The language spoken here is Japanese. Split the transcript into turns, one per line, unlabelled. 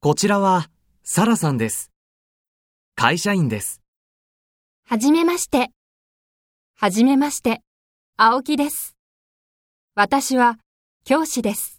こちらは、サラさんです。会社員です。
はじめまして。はじめまして。青木です。私は教師です。